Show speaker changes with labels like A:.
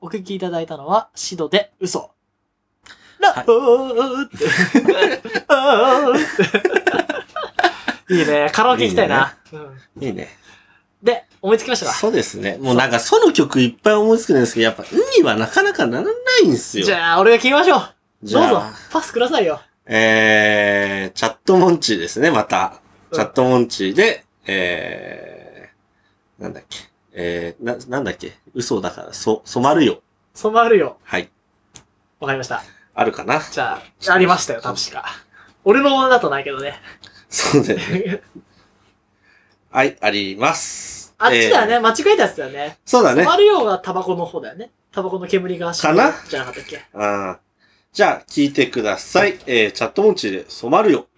A: 聴きいただいたのは、シドで嘘。ラブって。 あーって。いいね。カラオケ行きたいな。うん
B: いいね。
A: で、思いつきましたか
B: そうですね。もうなんか、その曲いっぱい思いつくんですけど、やっぱ、うんにはなかなかならないんですよ。
A: じゃあ、俺が決めましょう。
B: じ
A: どう
B: ゃあ
A: ぞ、パスくださいよ。
B: えー、チャットモンチーですね、また。
A: うん
B: チャットモンチーで、えー、なんだっけ。えー、な、なんだっけ。嘘だから、そ、染まるよ。
A: 染まるよ。
B: はい。
A: わかりました。
B: あるかな。
A: じゃあ、ありましたよ、確か。俺のものだとないけど ね。
B: そうで。はい、あります。
A: あっちだよね、
B: えー
A: 間違えたやつだよね。
B: そうだね。
A: マリオがタバコの方だよね。タバコの煙が
B: かな
A: じゃなかったっけ
B: あーじゃあ、聞いてください。えー、チャットモンチーで染まるよ。